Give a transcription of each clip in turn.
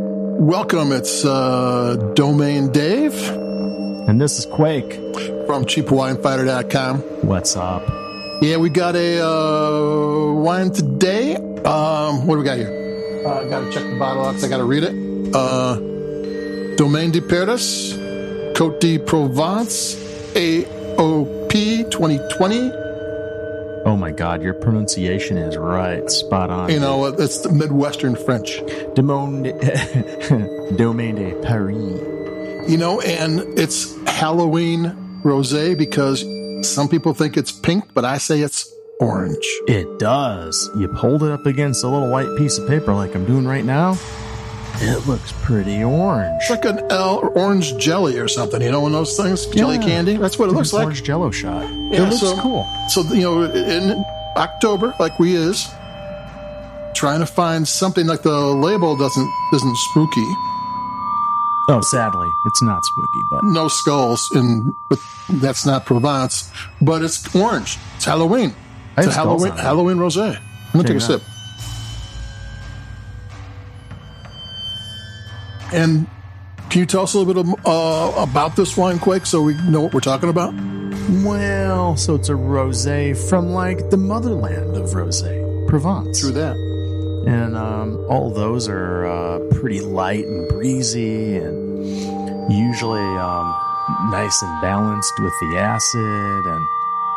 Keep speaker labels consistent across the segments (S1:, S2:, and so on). S1: Welcome. It's uh, Domain Dave
S2: And this is Quake.
S1: from CheapWineFighter.com.
S2: What's up?
S1: Yeah, we got a uh, wine today. Um, what do we got here? Uh, I gotta check the bottle out. 'cause I gotta read it. Uh, Domaine de Perdas, Côte de Provence, AOP 2020.
S2: Oh my god, your pronunciation is right. Spot on.
S1: You know, that's the Midwestern French.
S2: Domaine de, Domaine de Paris.
S1: You know, and it's Halloween rosé because some people think it's pink, but I say it's orange.
S2: It does. You hold it up against a little white piece of paper like I'm doing right now. It looks pretty orange.
S1: It's like an L orange jelly or something. You know, one of those things, jelly
S2: Yeah.
S1: candy. That's what it looks
S2: It's an
S1: like.
S2: Orange jello shot. it
S1: Yeah,
S2: looks
S1: so-
S2: cool.
S1: So you know, in October, like we is, trying to find something like the label doesn't isn't spooky.
S2: Oh, sadly, it's not spooky, but
S1: No skulls, and but that's not Provence. But it's orange. It's Halloween.
S2: I
S1: It's
S2: have
S1: a
S2: skulls
S1: Halloween
S2: on it.
S1: Halloween rosé. I'm gonna take a
S2: Check it out.
S1: sip. And can you tell us a little bit uh, about this wine, Quake, so we know what we're talking about? Hmm.
S2: well, so it's a rosé from like the motherland of rosé, Provence.
S1: Through that.
S2: and um, all those are uh, pretty light and breezy and usually um, nice and balanced with the acid and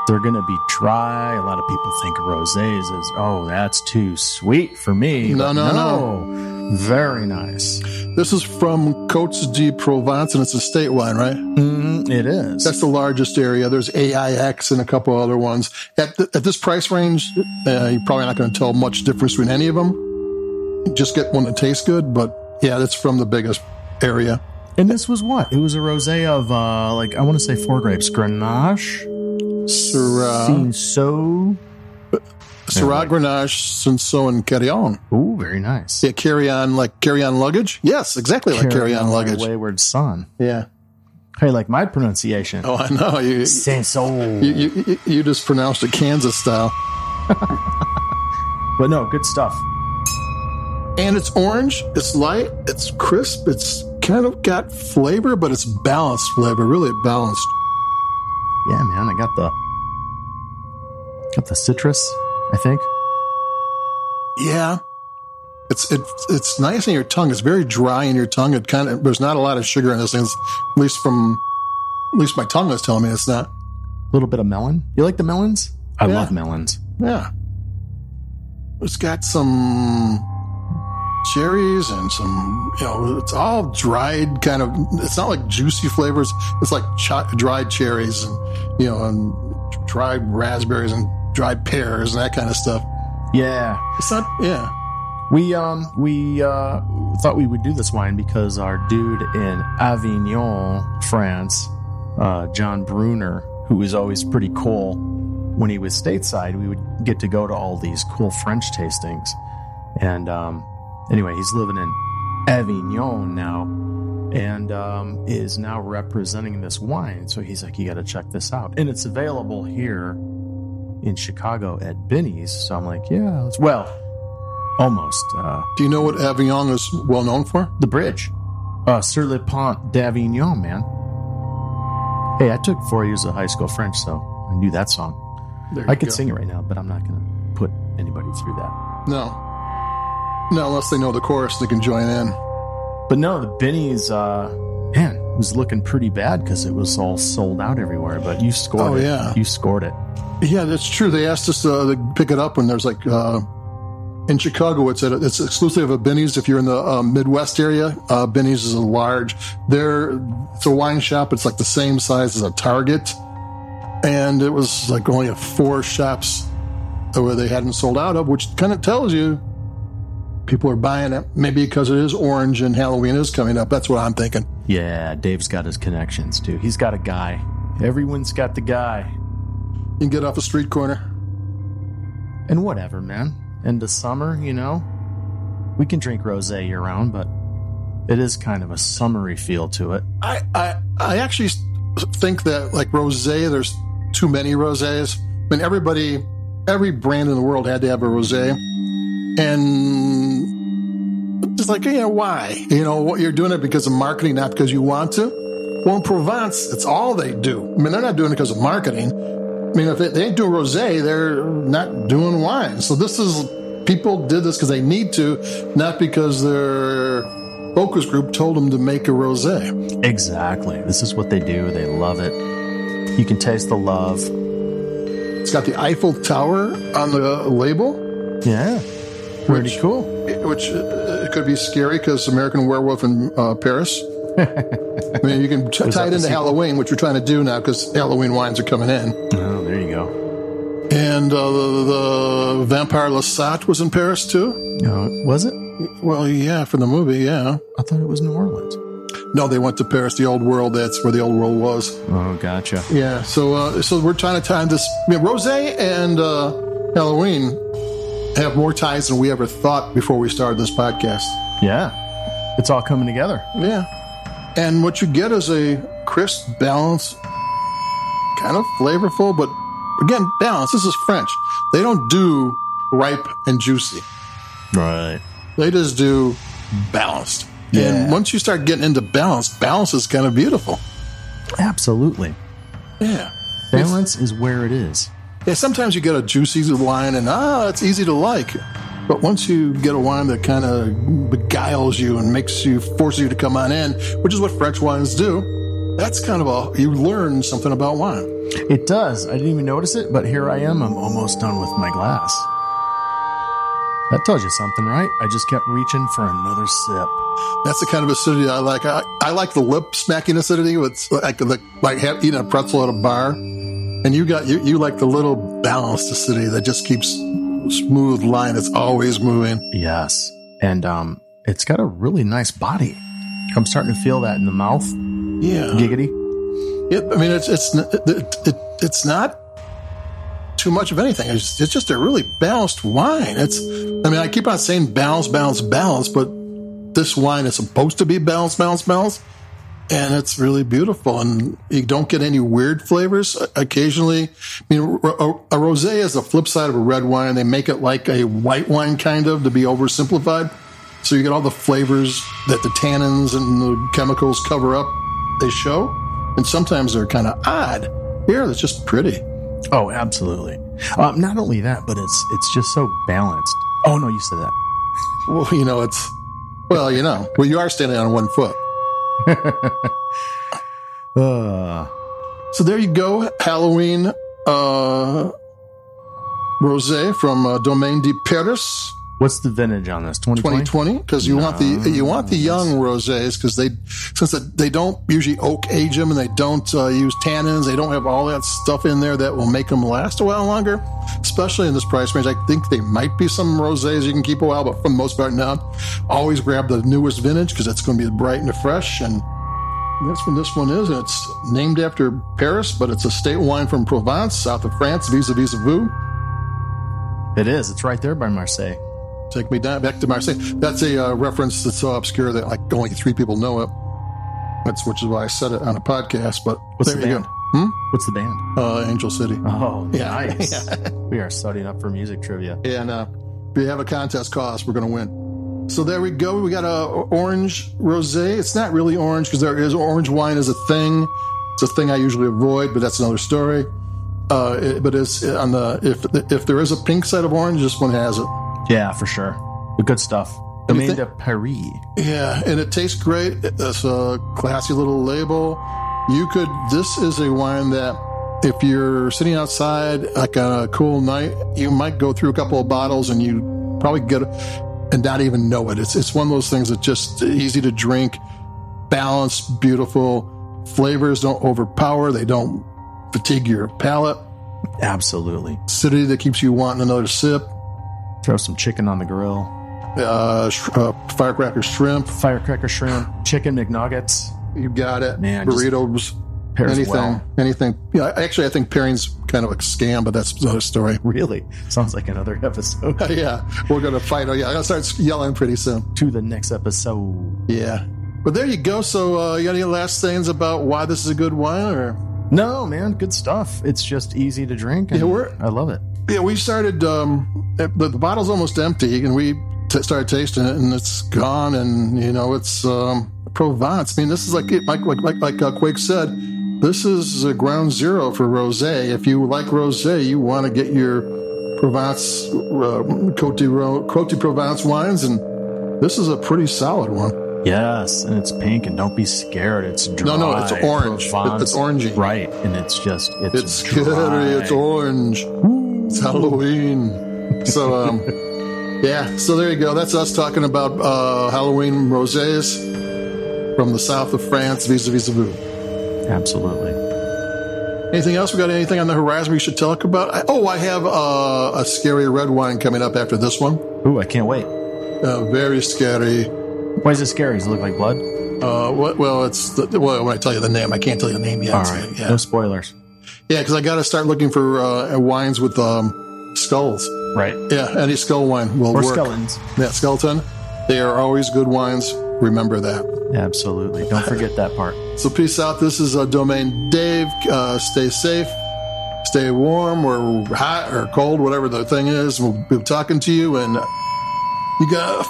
S2: they're gonna be dry a lot of people think rosés is oh that's too sweet for me
S1: No,
S2: But
S1: no,
S2: no very nice
S1: This is from Côtes de Provence, and it's a state wine, right?
S2: mm, it is
S1: That's the largest area. There's AIX and a couple other ones. At, th- at this price range, uh, you're probably not going to tell much difference between any of them. Just get one that tastes good, but yeah, that's from the biggest area.
S2: and this was what it was a rosé of uh, like I want to say four grapes Grenache
S1: Syrah,
S2: Cinsault
S1: uh, Syrah Grenache, Cinsault, and Carillon.
S2: ooh very nice
S1: Yeah, carry on like carry on luggage. Yes, exactly like carry on
S2: My
S1: luggage.
S2: wayward son
S1: Yeah.
S2: Hey, like my pronunciation.
S1: Oh, I know. You, you,
S2: Saint-Saul.
S1: you, you- you just pronounced it Kansas style.
S2: But no, good stuff.
S1: and it's orange. It's light. It's crisp. It's kind of got flavor, but it's balanced flavor. Really balanced.
S2: Yeah, man, I got the got the citrus, I think.
S1: Yeah, it's it, it's nice in your tongue. It's very dry in your tongue. It kind of there's not a lot of sugar in this thing. It's- At least from at least my tongue was telling me it's not.
S2: A little bit of melon. You like the melons? I
S1: Yeah.
S2: love melons.
S1: Yeah, it's got some cherries and some you know it's all dried kind of it's not like juicy flavors it's like ch- dried cherries and you know and dried raspberries and dried pears and that kind of stuff
S2: Yeah.
S1: it's not yeah
S2: We um we uh thought we would do this wine because our dude in Avignon, France, uh, John Bruner, who was always pretty cool when he was stateside, we would get to go to all these cool French tastings. And um, anyway, he's living in Avignon now and um, is now representing this wine. So he's like, you got to check this out. And it's available here in Chicago at Benny's. So I'm like, yeah, let's, well, almost. Uh,
S1: do you know what avignon is well known for
S2: the bridge. Uh, Sur le Pont d'Avignon, man. Hey, I took four years of high school French, so I knew that song.
S1: There
S2: I
S1: you
S2: could
S1: go.
S2: sing it right now, but I'm not going to put anybody through that.
S1: no no unless they know the chorus they can join in
S2: But no, the Benny's, uh, man, it was looking pretty bad because it was all sold out everywhere, but you scored
S1: Oh,
S2: it.
S1: yeah.
S2: You scored it.
S1: Yeah, that's true. They asked us uh, to pick it up when there's like uh, in Chicago. It's at it's exclusive of Benny's. If you're in the uh, Midwest area, uh, Benny's is a large. There, it's a wine shop. It's like the same size as a Target, and it was like only four shops where they hadn't sold out of, which kind of tells you people are buying it. Maybe because it is orange and Halloween is coming up. That's what I'm thinking.
S2: Yeah, Dave's got his connections, too. He's got a guy. Everyone's got the guy.
S1: You can get off a street corner.
S2: And whatever, man. End of summer, you know? We can drink rose year round, but it is kind of a summery feel to it.
S1: I, I I actually think that like rosé, there's too many rosés. I mean, everybody, every brand in the world had to have a rosé, and it's like, you know, why? You know, what you're doing it because of marketing, not because you want to. Well, in Provence, it's all they do. I mean, they're not doing it because of marketing. I mean, if they, they do rosé, they're not doing wine. So this is people did this because they need to, not because their focus group told them to make a rosé.
S2: Exactly. This is what they do. They love it. You can taste the love.
S1: It's got the Eiffel Tower on the label,
S2: Yeah. Pretty
S1: Which-
S2: cool.
S1: which uh, it could be scary because American Werewolf in uh, Paris. I mean, you can t-
S2: Was that
S1: tie it
S2: the
S1: into
S2: sequel?
S1: Halloween, which we're trying to do now because Halloween wines are coming in.
S2: Oh, there you go.
S1: And uh, the, the vampire Lasat was in Paris too.
S2: No, was it?
S1: Well, yeah, from the movie, yeah.
S2: I thought it was New Orleans.
S1: No, they went to Paris, the old world. That's where the old world was.
S2: Oh, gotcha.
S1: Yeah. So, uh, so we're trying to tie this. I mean, Rosé and uh, Halloween have more ties than we ever thought before we started this podcast.
S2: Yeah. It's all coming together.
S1: Yeah. And what you get is a crisp, balanced, kind of flavorful, but again, balanced. This is French. They don't do ripe and juicy.
S2: Right.
S1: They just do balanced.
S2: Yeah.
S1: And once you start getting into balance, balance is kind of beautiful.
S2: Absolutely.
S1: Yeah.
S2: Balance is where it is.
S1: Yeah, sometimes you get a juicy wine and ah, it's easy to like. But once you get a wine that kind of beguiles you and makes you, forces you to come on in, which is what French wines do, that's kind of a, you learn something about wine.
S2: It does. I didn't even notice it, but here I am. I'm almost done with my glass. That tells you something, right? I just kept reaching for another sip.
S1: That's the kind of acidity I like. I, I like the lip smacking acidity. It's like, like, like have, eating a pretzel at a bar. And you got, you, you like the little balanced acidity that just keeps smooth line. It's always moving.
S2: Yes. And um, it's got a really nice body. I'm starting to feel that in the mouth.
S1: Yeah.
S2: Giggity.
S1: It, I mean, it's it's n- it, it, it's not too much of anything. It's, it's just a really balanced wine. It's I mean, I keep on saying balance, balance, balance, but this wine is supposed to be balanced, balanced, balanced, and it's really beautiful. And you don't get any weird flavors occasionally. I mean, a, a rosé is the flip side of a red wine. They make it like a white wine, kind of, to be oversimplified. So you get all the flavors that the tannins and the chemicals cover up. They show, and sometimes they're kind of odd. Here, it's just pretty.
S2: Oh, absolutely. Um, not only that, but it's it's just so balanced. Oh no, you said that.
S1: Well, you know, it's well, you know, well, you are standing on one foot.
S2: Uh,
S1: So there you go, Halloween uh, rosé from uh, Domaine de Paris.
S2: what's the vintage on this? 2020?
S1: 2020 because you want the you want the young rosés because they since they don't usually oak age them and they don't uh, use tannins they don't have all that stuff in there that will make them last a while longer especially in this price range I think they might be some rosés you can keep a while but for the most part not always grab the newest vintage because that's going to be bright and fresh and that's when this one is and it's named after Paris but it's a state wine from Provence south of France vis-a-vis of Vaux
S2: It is. It's right there by Marseille.
S1: Take me down, back to Marseille. That's a uh, reference that's so obscure that like only three people know it. That's which is why I said it on a podcast. But
S2: What's
S1: there
S2: the
S1: you
S2: band?
S1: go.
S2: What's the band?
S1: Hmm? Uh, Angel City.
S2: Oh,
S1: Yeah.
S2: nice. we are studying up for music trivia.
S1: And uh, if you have a contest cost, we're going to win. So there we go. We got a orange rosé. It's not really orange because there is orange wine is a thing. It's a thing I usually avoid, but that's another story. Uh, it- but it's on the if if there is a pink side of orange, this one has it.
S2: Yeah, for sure. But good stuff.
S1: do you
S2: Domaine de Paris.
S1: Yeah, and it tastes great. It's a classy little label. You could, this is a wine that if you're sitting outside like on a cool night, you might go through a couple of bottles and you probably get and not even know it. It's, it's one of those things that's just easy to drink, balanced, beautiful. Flavors don't overpower, they don't fatigue your palate.
S2: Absolutely.
S1: Acidity that keeps you wanting another sip.
S2: Throw some chicken on the grill.
S1: Uh, sh- uh, firecracker shrimp,
S2: Firecracker shrimp, chicken McNuggets.
S1: you got it.
S2: Man, just-
S1: Burritos.
S2: Pairs
S1: anything,
S2: well.
S1: anything. Yeah, actually, I think pairing's kind of a scam, but that's another story.
S2: Really? Sounds like another episode.
S1: yeah, we're gonna fight. Oh, yeah, I'm gonna start yelling pretty soon.
S2: to the next episode.
S1: Yeah, but there you go. So, uh, you got any last things about why this is a good wine? Or
S2: No, man, good stuff. It's just easy to drink. And
S1: Yeah, we're-
S2: I love it.
S1: yeah, we started. Um, the, the bottle's almost empty, and we t- started tasting it, and it's gone. And you know, it's um, Provence. I mean, this is like like like like, like uh, Quake said. This is uh, ground zero for rosé. If you like rosé, you want to get your Provence uh, Cote, de Ro- Cote de Provence wines, and this is a pretty solid one.
S2: Yes, and it's pink, and don't be scared. It's
S1: No,
S2: dry.
S1: no, it's orange.
S2: Provence.
S1: It's orangey.
S2: Right, and it's just it's,
S1: It's
S2: dry.
S1: scary. It's orange. It's Halloween. So, um, yeah. So there you go. That's us talking about uh, Halloween rosés from the south of France, vis-a-vis the Vaux.
S2: Absolutely.
S1: Anything else? We got anything on the horizon we should talk about? I, oh, I have uh, a scary red wine coming up after this one.
S2: Ooh, I can't wait.
S1: Uh, very scary.
S2: Why is it scary? Does it look like blood?
S1: Uh, what, well, it's the, well. When I tell you the name, I can't tell you the name yet.
S2: All
S1: so,
S2: right.
S1: Yeah,
S2: No spoilers.
S1: yeah. Because I got to start looking for uh, wines with um, skulls.
S2: Right.
S1: Yeah, any skull wine will
S2: Or
S1: work.
S2: skeletons.
S1: Yeah, skeleton. They are always good wines. Remember that.
S2: Absolutely. Don't forget that part.
S1: So peace out. This is uh, Domain Dave. Uh, stay safe. Stay warm or hot or cold, whatever the thing is. We'll be talking to you. And uh, you got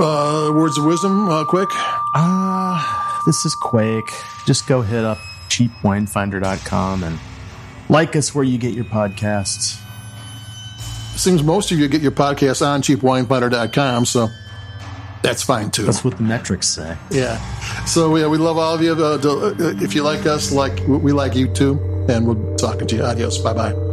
S1: uh, words of wisdom uh, quick?
S2: Ah, this is Quake. Just go hit up cheapwinefinder.com and like us where you get your podcasts.
S1: Seems most of you get your podcast on cheapwinefinder.com. So that's fine too.
S2: That's what the metrics say.
S1: Yeah. So yeah, we love all of you. Uh, do- uh, if you like us, like we like you too. And we'll talking to you. Adios. Bye bye.